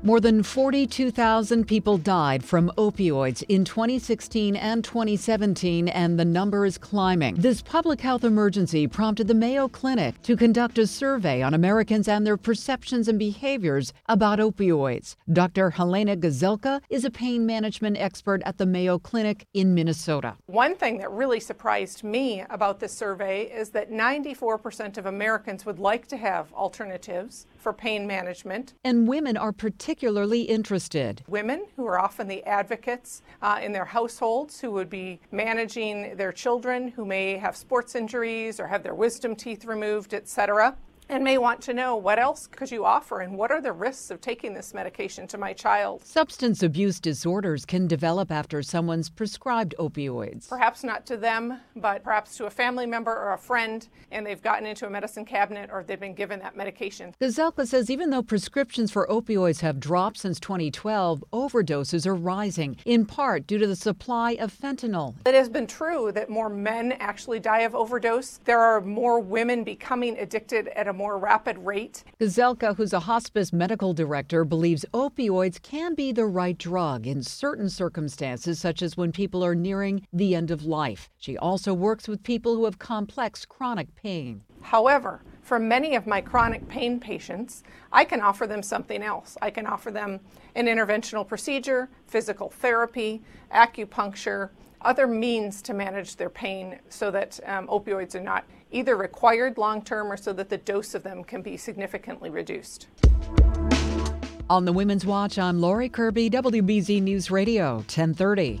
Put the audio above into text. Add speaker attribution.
Speaker 1: More than 42,000 people died from opioids in 2016 and 2017, and the number is climbing. This public health emergency prompted the Mayo Clinic to conduct a survey on Americans and their perceptions and behaviors about opioids. Dr. Helena Gazelka is a pain management expert at the Mayo Clinic in Minnesota.
Speaker 2: One thing that really surprised me about this survey is that 94% of Americans would like to have alternatives for pain management.
Speaker 1: And women are particularly interested.
Speaker 2: Women, who are often the advocates uh, in their households, who would be managing their children who may have sports injuries or have their wisdom teeth removed, etc. And may want to know what else could you offer and what are the risks of taking this medication to my child?
Speaker 1: Substance abuse disorders can develop after someone's prescribed opioids.
Speaker 2: Perhaps not to them, but perhaps to a family member or a friend, and they've gotten into a medicine cabinet or they've been given that medication.
Speaker 1: Gazelka says even though prescriptions for opioids have dropped since 2012, overdoses are rising, in part due to the supply of fentanyl.
Speaker 2: It has been true that more men actually die of overdose. There are more women becoming addicted at a more rapid rate.
Speaker 1: Gazelka, who's a hospice medical director, believes opioids can be the right drug in certain circumstances, such as when people are nearing the end of life. She also works with people who have complex chronic pain.
Speaker 2: However, for many of my chronic pain patients, I can offer them something else. I can offer them an interventional procedure, physical therapy, acupuncture, other means to manage their pain so that um, opioids are not either required long term or so that the dose of them can be significantly reduced.
Speaker 1: On the Women's Watch, I'm Lori Kirby, WBZ News Radio, 1030.